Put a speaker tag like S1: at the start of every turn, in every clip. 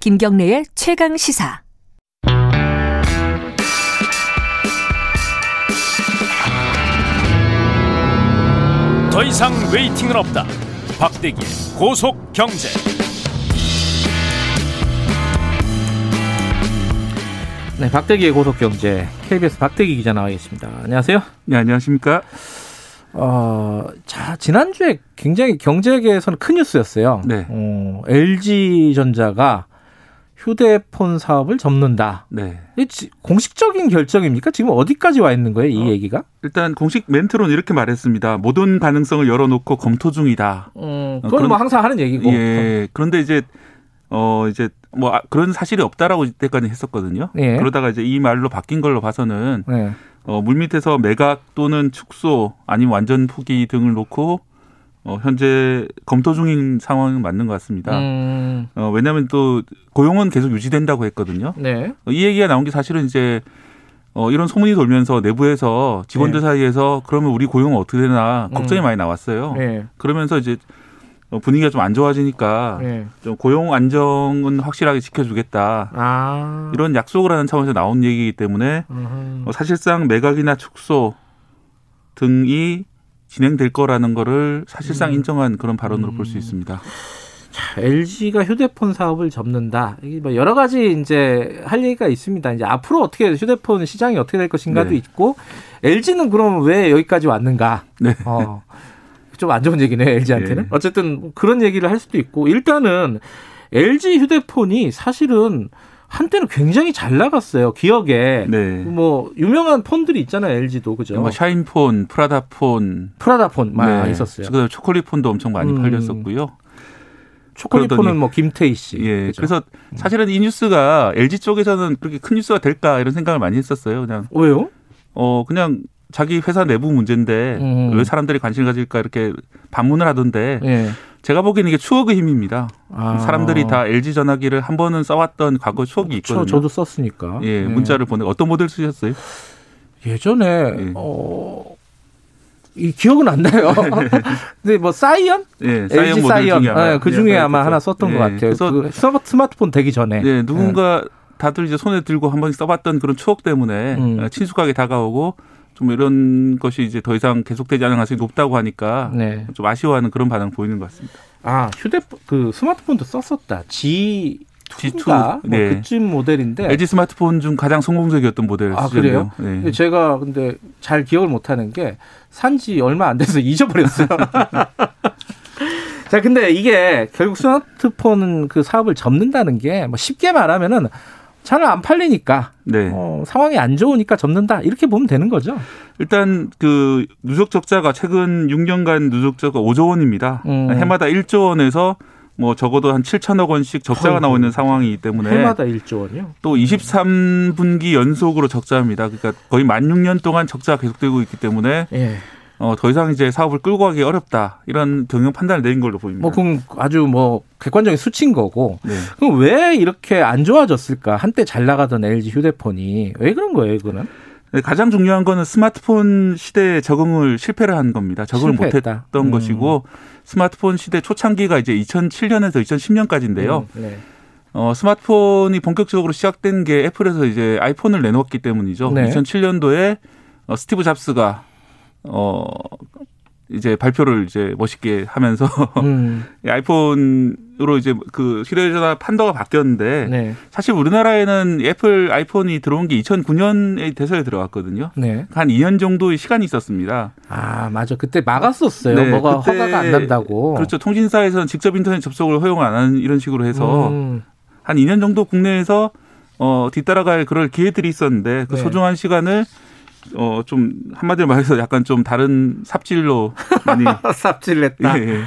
S1: 김경래의 최강 시사.
S2: 더 이상 웨이팅은 없다. 박대기의 고속 경제.
S3: 네, 박대기의 고속경제 KBS 박대기 기자 나와 계십니다. 안녕하세요.
S4: 네, 안녕하십니까?
S3: 어, 자 지난주에 굉장히 경제계에서는 큰 뉴스였어요.
S4: 네.
S3: 어, LG 전자가 휴대폰 사업을 접는다.
S4: 네.
S3: 이 지- 공식적인 결정입니까? 지금 어디까지 와 있는 거예요, 이
S4: 어.
S3: 얘기가?
S4: 일단 공식 멘트로는 이렇게 말했습니다. 모든 가능성을 열어놓고 검토 중이다.
S3: 음,
S4: 어,
S3: 그건
S4: 그런-
S3: 뭐 항상 하는 얘기고.
S4: 예. 그런데 이제 어 이제 뭐 아, 그런 사실이 없다라고 이때까지 했었거든요.
S3: 예.
S4: 그러다가 이제 이 말로 바뀐 걸로 봐서는
S3: 네.
S4: 어, 물밑에서 매각 또는 축소 아니면 완전 포기 등을 놓고 어, 현재 검토 중인 상황은 맞는 것 같습니다.
S3: 음,
S4: 어, 왜냐하면 또 고용은 계속 유지된다고 했거든요.
S3: 네.
S4: 이 얘기가 나온 게 사실은 이제 어, 이런 소문이 돌면서 내부에서 직원들 사이에서 그러면 우리 고용은 어떻게 되나 걱정이
S3: 네. 음.
S4: 많이 나왔어요.
S3: 네.
S4: 그러면서 이제 어, 분위기가 좀 안 좋아지니까
S3: 네.
S4: 좀 고용 안정은 확실하게 지켜주겠다.
S3: 아.
S4: 이런 약속을 하는 차원에서 나온 얘기이기 때문에
S3: 음,
S4: 어, 사실상 매각이나 축소 등이 진행될 거라는 거를 사실상
S3: 음.
S4: 인정한 그런 발언으로 볼 수 있습니다.
S3: LG가 휴대폰 사업을 접는다. 이게 뭐 여러 가지 이제 할 얘기가 있습니다. 이제 앞으로 어떻게 휴대폰 시장이 어떻게 될 것인가도
S4: 네.
S3: 있고 LG는 그럼 왜 여기까지 왔는가?
S4: 네.
S3: 어. 좀 안 좋은 얘기네 LG한테는.
S4: 예.
S3: 어쨌든 뭐 그런 얘기를 할 수도 있고 일단은 LG 휴대폰이 사실은 한때는 굉장히 잘 나갔어요. 기억에
S4: 네.
S3: 뭐 유명한 폰들이 있잖아요. LG도 그죠?
S4: 뭐 샤인폰, 프라다폰,
S3: 프라다폰 막
S4: 네.
S3: 있었어요.
S4: 그 초콜릿폰도 엄청 많이
S3: 음.
S4: 팔렸었고요.
S3: 초콜릿폰은
S4: 그러더니-
S3: 뭐 김태희 씨.
S4: 예.
S3: 그죠? 음.
S4: 그래서 사실은 이 뉴스가 LG 쪽에서는 그렇게 큰 뉴스가 될까 이런 생각을 많이 했었어요. 그냥
S3: 왜요?
S4: 어 그냥 자기 회사 내부 문제인데
S3: 음.
S4: 왜 사람들이 관심을 가질까 이렇게 반문을 하던데
S3: 예.
S4: 제가 보기에는 이게 추억의 힘입니다.
S3: 아.
S4: 사람들이 다 LG 전화기를 한 번은 써왔던 과거 추억이 있거든요.
S3: 저, 어, 저도 썼으니까.
S4: 예,
S3: 네.
S4: 문자를 보내 어떤 모델 쓰셨어요?
S3: 예전에
S4: 예.
S3: 어. 이 기억은 안 나요. 근데 뭐 사이언,
S4: 예,
S3: LG 사이언,
S4: 중에 아마.
S3: 예, 그 중에
S4: 예,
S3: 아마 하나 썼던
S4: 예,
S3: 것 같아요.
S4: 그래서
S3: 그 스마- 스마트폰 되기 전에.
S4: 예, 누군가 다들 이제 손에 들고 한 번 써봤던 그런 추억 때문에
S3: 음.
S4: 어, 친숙하게 다가오고 좀 이런 것이 이제 더 이상 계속되지 않을 가능성이 높다고 하니까
S3: 네.
S4: 좀 아쉬워하는 그런 반응 보이는 것 같습니다.
S3: 아 휴대폰 그 스마트폰도 썼었다. G
S4: G2,
S3: 2인가 뭐
S4: 네.
S3: 그쯤 모델인데.
S4: LG 스마트폰 중 가장 성공적이었던 모델을
S3: 아,
S4: 쓰셨네요.
S3: 근데
S4: 네.
S3: 제가 근데 잘 기억을 못하는 게 산지 얼마 안 돼서 잊어버렸어요. 자, 근데 이게 결국 스마트폰 그 사업을 접는다는 게 뭐 쉽게 말하면은 잘안 팔리니까
S4: 네.
S3: 어, 상황이 안 좋으니까 접는다 이렇게 보면 되는 거죠.
S4: 일단 그 누적 적자가 최근 6년간 누적 적자가 5조 원입니다.
S3: 음.
S4: 해마다 1조 원에서 뭐 적어도 한 7천억 원씩 적자가
S3: 어이구.
S4: 나오고 있는 상황이기 때문에
S3: 해마다 1조 원이요.
S4: 또 23분기 연속으로 적자입니다. 그러니까 거의 만 6년 동안 적자가 계속되고 있기 때문에
S3: 예.
S4: 어, 더 이상 이제 사업을 끌고 가기 어렵다. 이런 경영 판단을 내린 걸로 보입니다.
S3: 뭐 그럼 아주 뭐 객관적인 수치인 거고.
S4: 네.
S3: 그럼 왜 이렇게 안 좋아졌을까? 한때 잘 나가던 LG 휴대폰이 왜 그런 거예요, 이거는?
S4: 네, 가장 중요한 거는 스마트폰 시대에 적응을 실패를 한 겁니다. 적응을 못
S3: 실패했다.
S4: 했던
S3: 음.
S4: 것이고 스마트폰 시대 초창기가 이제 2007년에서 2010년까지인데요.
S3: 음, 네.
S4: 어, 스마트폰이 본격적으로 시작된 게 애플에서 이제 아이폰을 내놓았기 때문이죠.
S3: 네.
S4: 2007년도에 어, 스티브 잡스가 어 이제 발표를 이제 멋있게 하면서
S3: 음,
S4: 이 아이폰으로 이제 그 휴대전화 판도가 바뀌었는데
S3: 네.
S4: 사실 우리나라에는 애플 아이폰이 들어온 게 2009년에 대서에 들어왔거든요.
S3: 네.
S4: 한 2년 정도의 시간이 있었습니다.
S3: 아 맞아 그때 막았었어요
S4: 네,
S3: 뭐가
S4: 그때-
S3: 허가가 안 난다고
S4: 그렇죠. 통신사에서는 직접 인터넷 접속을 허용 안 하는 이런 식으로 해서
S3: 음,
S4: 한 2년 정도 국내에서 어, 뒤따라갈 그럴 기회들이 있었는데 그
S3: 네.
S4: 소중한 시간을 어, 좀 한마디로 말해서 약간 좀 다른 삽질로 많이
S3: 아. 삽질냈다
S4: 예, 예.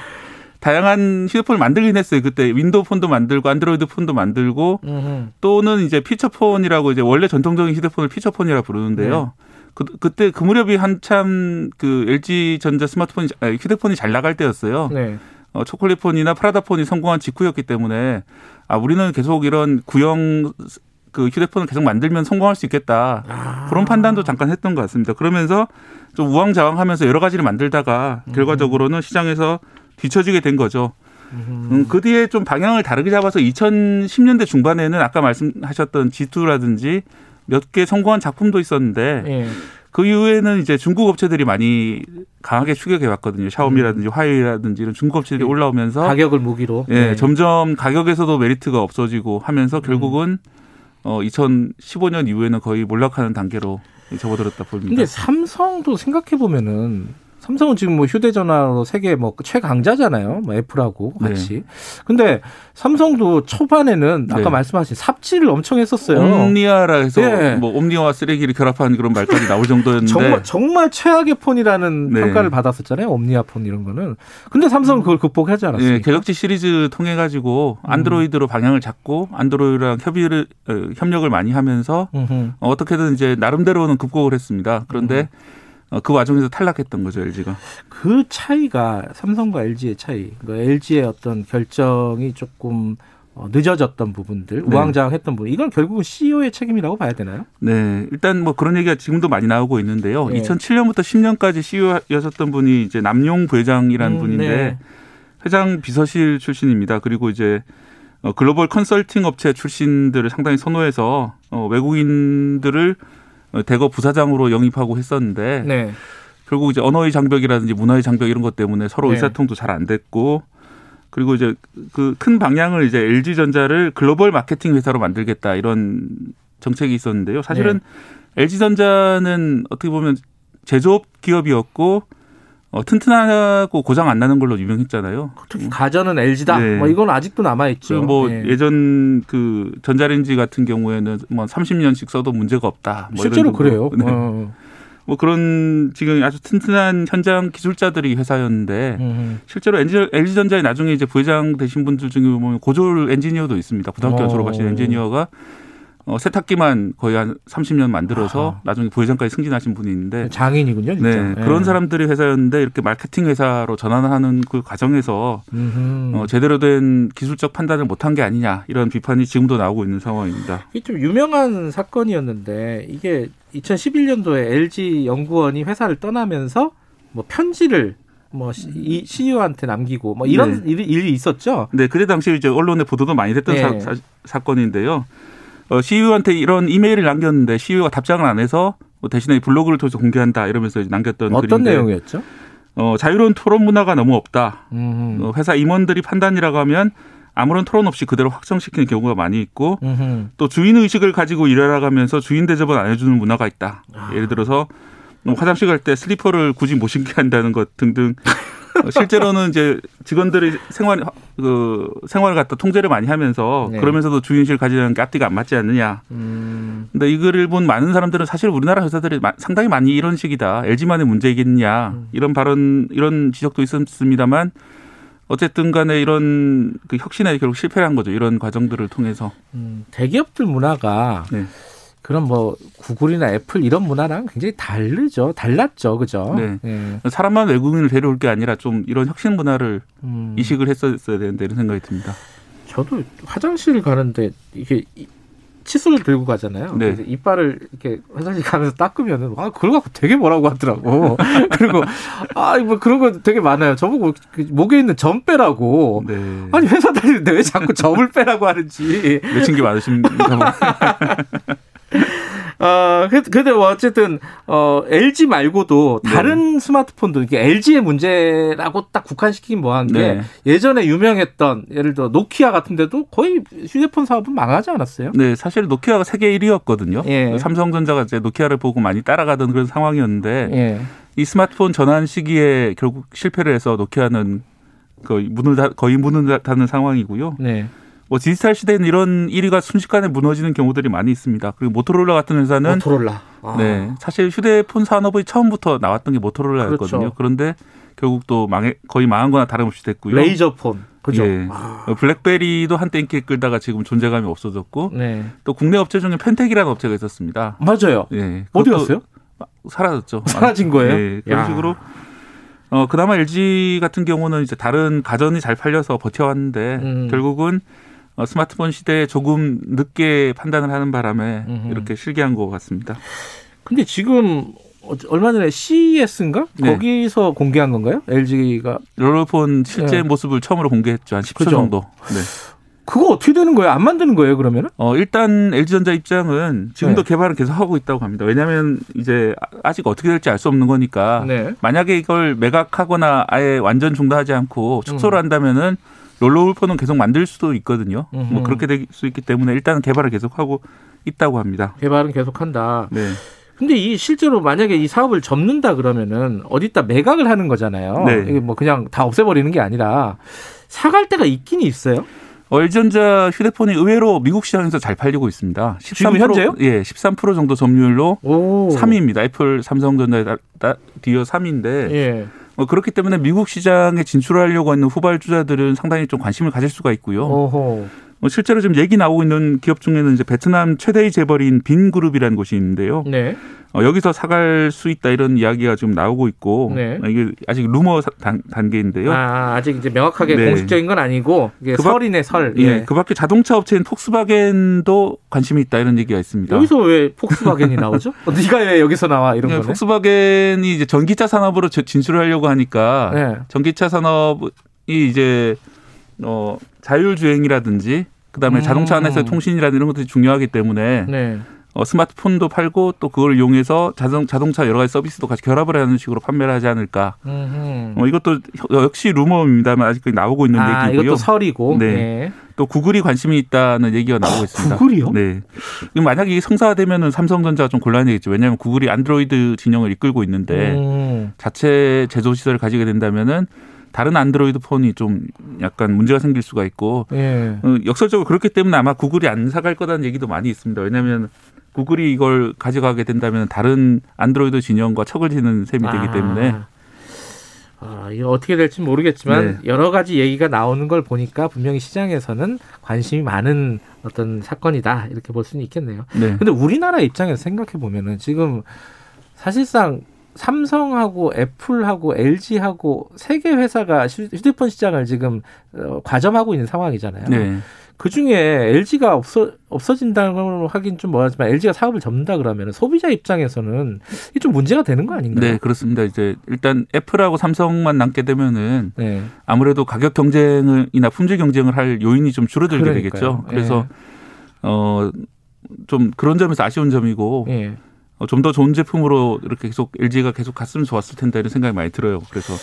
S4: 다양한 휴대폰을 만들긴 했어요. 그때 윈도우 폰도 만들고 안드로이드 폰도 만들고
S3: 음,
S4: 또는 이제 피처폰이라고 이제 원래 전통적인 휴대폰을 피처폰이라 부르는데요. 그, 그때 그 무렵이 한참 그 LG 전자 스마트폰이 아니, 휴대폰이 잘 나갈 때였어요.
S3: 네.
S4: 어, 초콜릿폰이나 프라다폰이 성공한 직후였기 때문에 아 우리는 계속 이런 구형 그 휴대폰을 계속 만들면 성공할 수 있겠다 그런 판단도 잠깐 했던 것 같습니다. 그러면서 좀 우왕좌왕하면서 여러 가지를 만들다가 결과적으로는 시장에서 뒤처지게 된 거죠. 음, 그 뒤에 좀 방향을 다르게 잡아서 2010년대 중반에는 아까 말씀하셨던 G2라든지 몇 개 성공한 작품도 있었는데
S3: 예.
S4: 그 이후에는 이제 중국 업체들이 많이 강하게 추격해 왔거든요. 샤오미라든지 화웨이라든지 이런 중국 업체들이 올라오면서
S3: 음. 예. 가격을 무기로.
S4: 예,
S3: 네.
S4: 점점 가격에서도 메리트가 없어지고
S3: 음.
S4: 하면서 결국은 어 2015년 이후에는 거의 몰락하는 단계로 접어들었다 보입니다.
S3: 근데 삼성도 생각해 보면은 삼성은 지금 뭐 휴대전화로 세계 뭐 최강자잖아요. 뭐 애플하고
S4: 네.
S3: 같이. 근데 삼성도 초반에는 아까
S4: 네.
S3: 말씀하신 삽질을 엄청 했었어요.
S4: 옴니아라 해서
S3: 예.
S4: 뭐 옴니아와 쓰레기를 결합한 그런 말까지 나올 정도였는데
S3: 정말 정말 최악의 폰이라는
S4: 네. 음.
S3: 평가를 받았었잖아요. 옴니아 폰 이런 거는. 근데 삼성은 그걸 극복하지
S4: 예,
S3: 않았습니까?
S4: 개혁지 시리즈 통해 가지고
S3: 음.
S4: 안드로이드로 방향을 잡고 안드로이드랑 협의를 어, 협력을 많이 하면서
S3: 음흠.
S4: 어, 어떻게든 이제 나름대로는 극복을 했습니다. 그런데
S3: 음.
S4: 어, 그 와중에서 탈락했던 거죠 LG가.
S3: 그 차이가 삼성과 LG의 차이, 그 LG의 어떤 결정이 조금 어, 늦어졌던 부분들,
S4: 네.
S3: 우왕좌왕했던 부분, 이건 결국은 CEO의 책임이라고 봐야 되나요?
S4: 네, 일단 뭐 그런 얘기가 지금도 많이 나오고 있는데요.
S3: 예.
S4: 2007년부터 10년까지 CEO였었던 분이 이제 남용 부회장이라는
S3: 음,
S4: 분인데
S3: 네.
S4: 회장 비서실 출신입니다. 그리고 이제 어, 글로벌 컨설팅 업체 출신들을 상당히 선호해서 어, 외국인들을 어, 대거 부사장으로 영입하고 했었는데
S3: 네.
S4: 결국 이제 언어의 장벽이라든지 문화의 장벽 이런 것 때문에 서로
S3: 네.
S4: 의사통도 잘 안 됐고 그리고 이제 그 큰 방향을 이제 LG 전자를 글로벌 마케팅 회사로 만들겠다 이런 정책이 있었는데요. 사실은
S3: 네.
S4: LG 전자는 어떻게 보면 제조업 기업이었고 어, 튼튼하고 고장 안 나는 걸로 유명했잖아요.
S3: 특히 가전은 LG다.
S4: 네.
S3: 뭐 이건 아직도 남아
S4: 그
S3: 있죠.
S4: 뭐
S3: 예.
S4: 예전 그 전자레인지 같은 경우에는 뭐 30년씩 써도 문제가 없다. 뭐 이런
S3: 실제로
S4: 정도.
S3: 그래요.
S4: 네.
S3: 어.
S4: 뭐 그런 지금 아주 튼튼한 현장 기술자들이 회사였는데
S3: 음.
S4: 실제로 엔지, LG전자에 나중에 이제 부회장 되신 분들 중에 보면 고졸 엔지니어도 있습니다. 고등학교
S3: 어.
S4: 졸업하신 엔지니어가 어, 세탁기만 거의 한 30년 만들어서
S3: 아하.
S4: 나중에 부회장까지 승진하신 분이 있는데
S3: 장인이군요, 진짜.
S4: 네,
S3: 예.
S4: 그런 사람들이 회사였는데 이렇게 마케팅 회사로 전환하는 그 과정에서
S3: 음흠.
S4: 어, 제대로 된 기술적 판단을 못한 게 아니냐 이런 비판이 지금도 나오고 있는 상황입니다.
S3: 이게 좀 유명한 사건이었는데 이게 2011년도에 LG 연구원이 회사를 떠나면서 뭐 편지를 뭐 시- 이 CEO한테 남기고 뭐 이런 일이, 일이 있었죠.
S4: 네, 그때 당시 이제 언론에 보도도 많이 됐던
S3: 네.
S4: 사, 건인데요 어, CEO한테 이런 이메일을 남겼는데 CEO가 답장을 안 해서 뭐 대신에 블로그를 통해서 공개한다 이러면서 이제 남겼던
S3: 어떤
S4: 글인데
S3: 내용이었죠?
S4: 어, 자유로운 토론 문화가 너무 없다.
S3: 음.
S4: 어, 회사 임원들이 판단이라고 하면 아무런 토론 없이 그대로 확정시키는 경우가 많이 있고
S3: 음흠.
S4: 또 주인 의식을 가지고 일하라 가면서 주인 대접은 안 해주는 문화가 있다. 예를 들어서 뭐 화장실 갈 때 슬리퍼를 굳이 못 신게 한다는 것 등등. 어, 실제로는 이제 직원들이 생활 그 생활을 갖다 통제를 많이 하면서
S3: 네.
S4: 그러면서도 주인실 가지는 게 앞뒤가 안 맞지 않느냐.
S3: 음.
S4: 근데 이 글을 본 많은 사람들은 사실 우리나라 회사들이 마- 상당히 많이 이런 식이다. LG만의 문제이겠냐. 이런 발언, 이런 지적도 있었습니다만 어쨌든 간에 이런 그 혁신에 결국 실패를 한 거죠. 이런 과정들을 통해서.
S3: 음. 대기업들 문화가
S4: 네.
S3: 그런 뭐 구글이나 애플 이런 문화랑 굉장히 다르죠. 달랐죠. 그죠?
S4: 네.
S3: 예.
S4: 사람만 외국인을 데려올 게 아니라 좀 이런 혁신 문화를
S3: 음.
S4: 이식을 했었어야 되는데 이런 생각이 듭니다.
S3: 저도 화장실 가는데 이게 이- 칫솔을 들고 가잖아요.
S4: 네.
S3: 그래서 이빨을 이렇게 화장실 가면서 닦으면은 아 그걸 갖고 되게 뭐라고 하더라고. 그리고 아 뭐 그런 거 되게 많아요. 저보고 그 목에 있는 점 빼라고.
S4: 네.
S3: 어. 아니 회사 다니는데 왜 자꾸 점을 빼라고 하는지.
S4: 외친 게 많으십니다.
S3: 어, 그- 근데 뭐 어쨌든 어, LG 말고도
S4: 네.
S3: 다른 스마트폰도 이게 LG의 문제라고 딱 국한시키긴 뭐한 게
S4: 네.
S3: 예전에 유명했던 예를 들어 노키아 같은데도 거의 휴대폰 사업은 망하지 않았어요?
S4: 네, 사실 노키아가 세계 1위였거든요.
S3: 예.
S4: 삼성전자가 이제 노키아를 보고 많이 따라가던 그런 상황이었는데
S3: 예.
S4: 이 스마트폰 전환 시기에 결국 실패를 해서 노키아는 거의 문을 다, 거의 문을 다- 닫는 상황이고요.
S3: 네.
S4: 뭐 디지털 시대는 이런 1위가 순식간에 무너지는 경우들이 많이 있습니다. 그리고 모토로라 같은 회사는
S3: 모토롤라. 아.
S4: 네, 사실 휴대폰 산업이 처음부터 나왔던 게 모토로라였거든요.
S3: 그렇죠.
S4: 그런데 결국 또 망해 거의 망한 거나 다름없이 됐고요.
S3: 레이저폰. 그죠? 아.
S4: 예. 어, 블랙베리도 한때 인기 끌다가 지금 존재감이 없어졌고
S3: 네.
S4: 또 국내 업체 중에 펜텍이라는 업체가 있었습니다.
S3: 맞아요.
S4: 예.
S3: 어디
S4: 그것도
S3: 갔어요?
S4: 사라졌죠.
S3: 사라진 거예요?
S4: 예, 그런
S3: 야.
S4: 식으로 어 그나마 LG 같은 경우는 이제 다른 가전이 잘 팔려서 버텨왔는데
S3: 음.
S4: 결국은 어, 스마트폰 시대에 조금 늦게 판단을 하는 바람에
S3: 음흠.
S4: 이렇게 실기한 것 같습니다.
S3: 근데 지금 어, 얼마 전에 CES인가
S4: 네.
S3: 거기서 공개한 건가요? LG가
S4: 롤러폰 실제
S3: 네.
S4: 모습을 처음으로 공개했죠. 한 10초
S3: 그죠.
S4: 정도. 네.
S3: 그거 어떻게 되는 거예요? 안 만드는 거예요 그러면은?
S4: 어, 일단 LG전자 입장은 지금도
S3: 네.
S4: 개발은 계속 하고 있다고 합니다. 왜냐하면 이제 아직 어떻게 될지 알 수 없는 거니까
S3: 네.
S4: 만약에 이걸 매각하거나 아예 완전 중단하지 않고
S3: 음.
S4: 축소를 한다면은 롤러홀폰은 계속 만들 수도 있거든요.
S3: 음흠.
S4: 뭐 그렇게 될 수 있기 때문에 일단 개발을 계속 하고 있다고 합니다.
S3: 개발은 계속한다.
S4: 네.
S3: 근데 이 실제로 만약에 이 사업을 접는다 그러면은 어디다 매각을 하는 거잖아요.
S4: 네.
S3: 이게 뭐 그냥 다 없애버리는 게 아니라 사갈 데가 있긴 있어요.
S4: 어, LG전자 휴대폰이 의외로 미국 시장에서 잘 팔리고 있습니다. 13%
S3: 지금 현재요?
S4: 예, 13% 정도 점유율로
S3: 오.
S4: 3위입니다. 애플, 삼성전자에 따- 따- 뒤어 3위인데
S3: 예.
S4: 어, 그렇기 때문에 미국 시장에 진출하려고 하는 후발주자들은 상당히 좀 관심을 가질 수가 있고요.
S3: 오호.
S4: 어, 실제로 지금 얘기 나오고 있는 기업 중에는 이제 베트남 최대의 재벌인 빈그룹이라는 곳이 있는데요.
S3: 네.
S4: 어, 여기서 사갈 수 있다 이런 이야기가 지금 나오고 있고
S3: 네.
S4: 어, 이게 아직 루머 사- 단, 단계인데요.
S3: 아, 아직 이제 명확하게
S4: 네.
S3: 공식적인 건 아니고 이게
S4: 그 밖-
S3: 설이네 설.
S4: 예,
S3: 예.
S4: 그 밖에 자동차 업체인 폭스바겐도 관심이 있다 이런 얘기가 있습니다.
S3: 여기서 왜 폭스바겐이 나오죠? 어, 네가 왜 여기서 나와 이런
S4: 예,
S3: 거네.
S4: 폭스바겐이 이제 전기차 산업으로 저- 진출하려고 하니까
S3: 네.
S4: 전기차 산업이 이제 어 자율주행이라든지 그다음에
S3: 음.
S4: 자동차 안에서의 통신이라든 이런 것들이 중요하기 때문에
S3: 네.
S4: 어, 스마트폰도 팔고 또 그걸 이용해서 자동 자동차 여러 가지 서비스도 같이 결합을 하는 식으로 판매를 하지 않을까.
S3: 음흠.
S4: 어, 이것도 혀- 역시 루머입니다만 아직까지 나오고 있는
S3: 아,
S4: 얘기고요.
S3: 이것도 설이고.
S4: 네.
S3: 네.
S4: 또 구글이 관심이 있다는 얘기가 나오고 있습니다.
S3: 구글이요?
S4: 네. 그럼 만약에 이게 성사되면은 삼성전자가 좀 곤란해겠죠. 왜냐하면 구글이 안드로이드 진영을 이끌고 있는데
S3: 음.
S4: 자체 제조 시설을 가지게 된다면은 다른 안드로이드 폰이 좀 약간 문제가 생길 수가 있고
S3: 예.
S4: 어, 역설적으로 그렇기 때문에 아마 구글이 안 사갈 거라는 얘기도 많이 있습니다. 왜냐하면 구글이 이걸 가져가게 된다면 다른 안드로이드 진영과 척을 지는 셈이 되기
S3: 아.
S4: 때문에
S3: 아, 이거 어떻게 될지 모르겠지만
S4: 네.
S3: 여러 가지 얘기가 나오는 걸 보니까 분명히 시장에서는 관심이 많은 어떤 사건이다 이렇게 볼 수는 있겠네요.
S4: 네.
S3: 근데 우리나라 입장에서 생각해 보면은 지금 사실상 삼성하고 애플하고 LG하고 세 개 회사가 휴- 휴대폰 시장을 지금 어, 과점하고 있는 상황이잖아요.
S4: 네.
S3: 그 중에 LG가 없어 없어진다고 하긴 좀 뭐하지만 LG가 사업을 접는다 그러면 소비자 입장에서는 이게 좀 문제가 되는 거 아닌가요?
S4: 네, 그렇습니다. 이제 일단 애플하고 삼성만 남게 되면은
S3: 네.
S4: 아무래도 가격 경쟁이나 품질 경쟁을 할 요인이 좀 줄어들게
S3: 그러니까요. 예.
S4: 되겠죠. 그래서 어, 좀 그런 점에서 아쉬운 점이고
S3: 예.
S4: 어, 좀 더 좋은 제품으로 이렇게 계속 LG가 계속 갔으면 좋았을 텐데 이런 생각이 많이 들어요. 그래서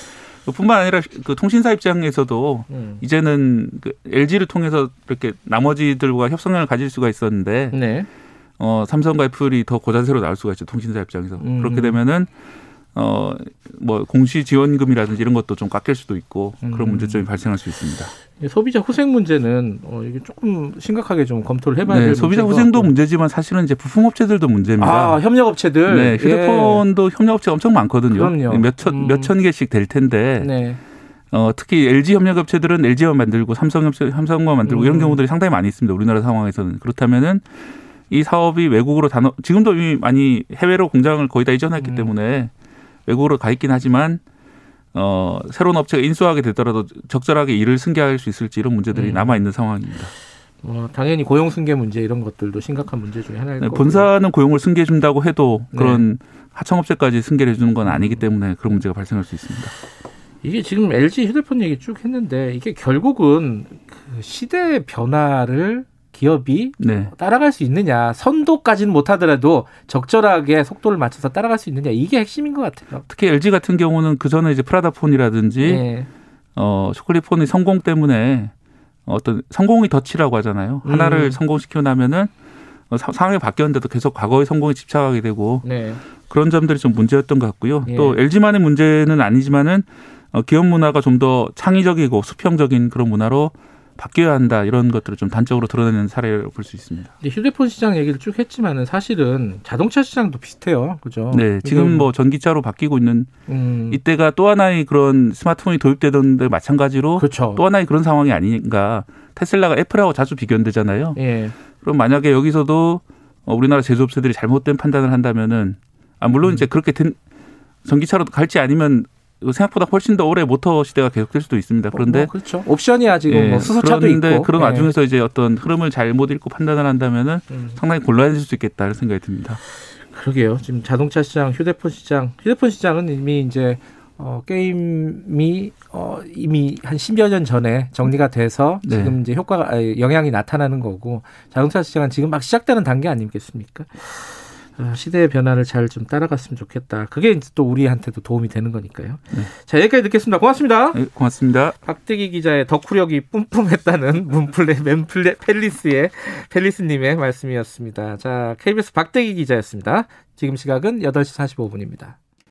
S4: 뿐만 아니라 그 통신사 입장에서도
S3: 음.
S4: 이제는 그 LG를 통해서 이렇게 나머지들과 협상을 가질 수가 있었는데
S3: 네.
S4: 어, 삼성과 애플이 더 고자세로 나올 수가 있죠. 통신사 입장에서
S3: 음.
S4: 그렇게 되면은 어 뭐 공시 지원금이라든지 이런 것도 좀 깎일 수도 있고
S3: 음.
S4: 그런 문제점이 발생할 수 있습니다.
S3: 이 소비자 후생 문제는 어, 이게 조금 심각하게 좀 검토를 해봐야 될
S4: 네, 소비자
S3: 문제인 것
S4: 후생도
S3: 같고.
S4: 문제지만 사실은 이제 부품업체들도 문제입니다.
S3: 아 협력업체들
S4: 네, 휴대폰도 협력업체가 엄청 많거든요.
S3: 그럼요.
S4: 몇천
S3: 음.
S4: 몇천 개씩 될 텐데
S3: 예. 네.
S4: 어, 특히 LG 협력업체들은 LG만 만들고 삼성 협체 삼성만 만들고
S3: 음.
S4: 이런 경우들이 상당히 많이 있습니다. 우리나라 상황에서는 그렇다면은 이 사업이 외국으로 단어 지금도 이미 많이 해외로 공장을 거의 다 이전했기
S3: 음.
S4: 때문에 외국으로 가 있긴 하지만 어, 새로운 업체가 인수하게 되더라도 적절하게 일을 승계할 수 있을지 이런 문제들이
S3: 음.
S4: 남아 있는 상황입니다.
S3: 어, 당연히 고용 승계 문제 이런 것들도 심각한 문제 중에 하나일
S4: 네,
S3: 거고
S4: 본사는 고용을 승계해 준다고 해도
S3: 네. 음.
S4: 그런 하청업체까지 승계를 해주는 건 아니기 때문에 그런 문제가 발생할 수 있습니다.
S3: 이게 지금 LG 휴대폰 얘기 쭉 했는데 이게 결국은 그 시대의 변화를 기업이
S4: 네.
S3: 따라갈 수 있느냐 선도까지는 못하더라도 적절하게 속도를 맞춰서 따라갈 수 있느냐 이게 핵심인 것 같아요.
S4: 특히 LG 같은 경우는 그 전에 이제 프라다폰이라든지
S3: 예.
S4: 어, 초콜릿폰의 성공 때문에 어떤 성공이 덫이라고 하잖아요.
S3: 음.
S4: 하나를 성공시키고 나면은 어, 사- 상황이 바뀌었는데도 계속 과거의 성공에 집착하게 되고
S3: 네.
S4: 그런 점들이 좀 문제였던 것 같고요.
S3: 예.
S4: 또 LG만의 문제는 아니지만은 어, 기업 문화가 좀 더 창의적이고 수평적인 그런 문화로 바뀌어야 한다 이런 것들을 좀 단적으로 드러내는 사례를 볼 수 있습니다.
S3: 근데 휴대폰 시장 얘기를 쭉 했지만은 사실은 자동차 시장도 비슷해요. 그죠?
S4: 네, 지금
S3: 이게,
S4: 뭐 전기차로 바뀌고 있는
S3: 어, 음,
S4: 이때가 또 하나의 그런 스마트폰이 도입되던데 마찬가지로
S3: 그렇죠.
S4: 어. 또 하나의 그런 상황이 아닌가. 테슬라가 애플하고 자주 비교되잖아요.
S3: 예.
S4: 그럼 만약에 여기서도 어, 우리나라 제조업체들이 잘못된 판단을 한다면은 아 물론 이제 그렇게 된 전기차로 갈지 아니면 생각보다 훨씬 더 오래 모터 시대가 계속될 수도 있습니다. 그런데
S3: 뭐 그렇죠. 옵션이야 지금
S4: 예,
S3: 뭐 수소차도
S4: 그런데
S3: 있고.
S4: 그런
S3: 예.
S4: 와중에서 이제 어떤 흐름을 잘못 읽고 판단을 한다면은
S3: 음.
S4: 상당히 곤란해질 수 있겠다는 생각이 듭니다.
S3: 그러게요. 지금 자동차 시장, 휴대폰 시장, 휴대폰 시장은 이미 이제 어, 게임이 어, 이미 한 10여 년 전에 정리가 돼서
S4: 네.
S3: 지금 이제 효과가 아니, 영향이 나타나는 거고 자동차 시장은 지금 막 시작되는 단계 아니겠습니까? 어, 시대의 변화를 잘 좀 따라갔으면 좋겠다. 그게 이제 또 우리한테도 도움이 되는 거니까요. 자 여기까지 듣겠습니다. 고맙습니다.
S4: 네, 고맙습니다.
S3: 박대기 기자의 덕후력이 뿜뿜했다는 문플레 맨플레 펠리스의 펠리스님의 말씀이었습니다. 자, KBS 박대기 기자였습니다. 지금 시각은 8시 45분입니다.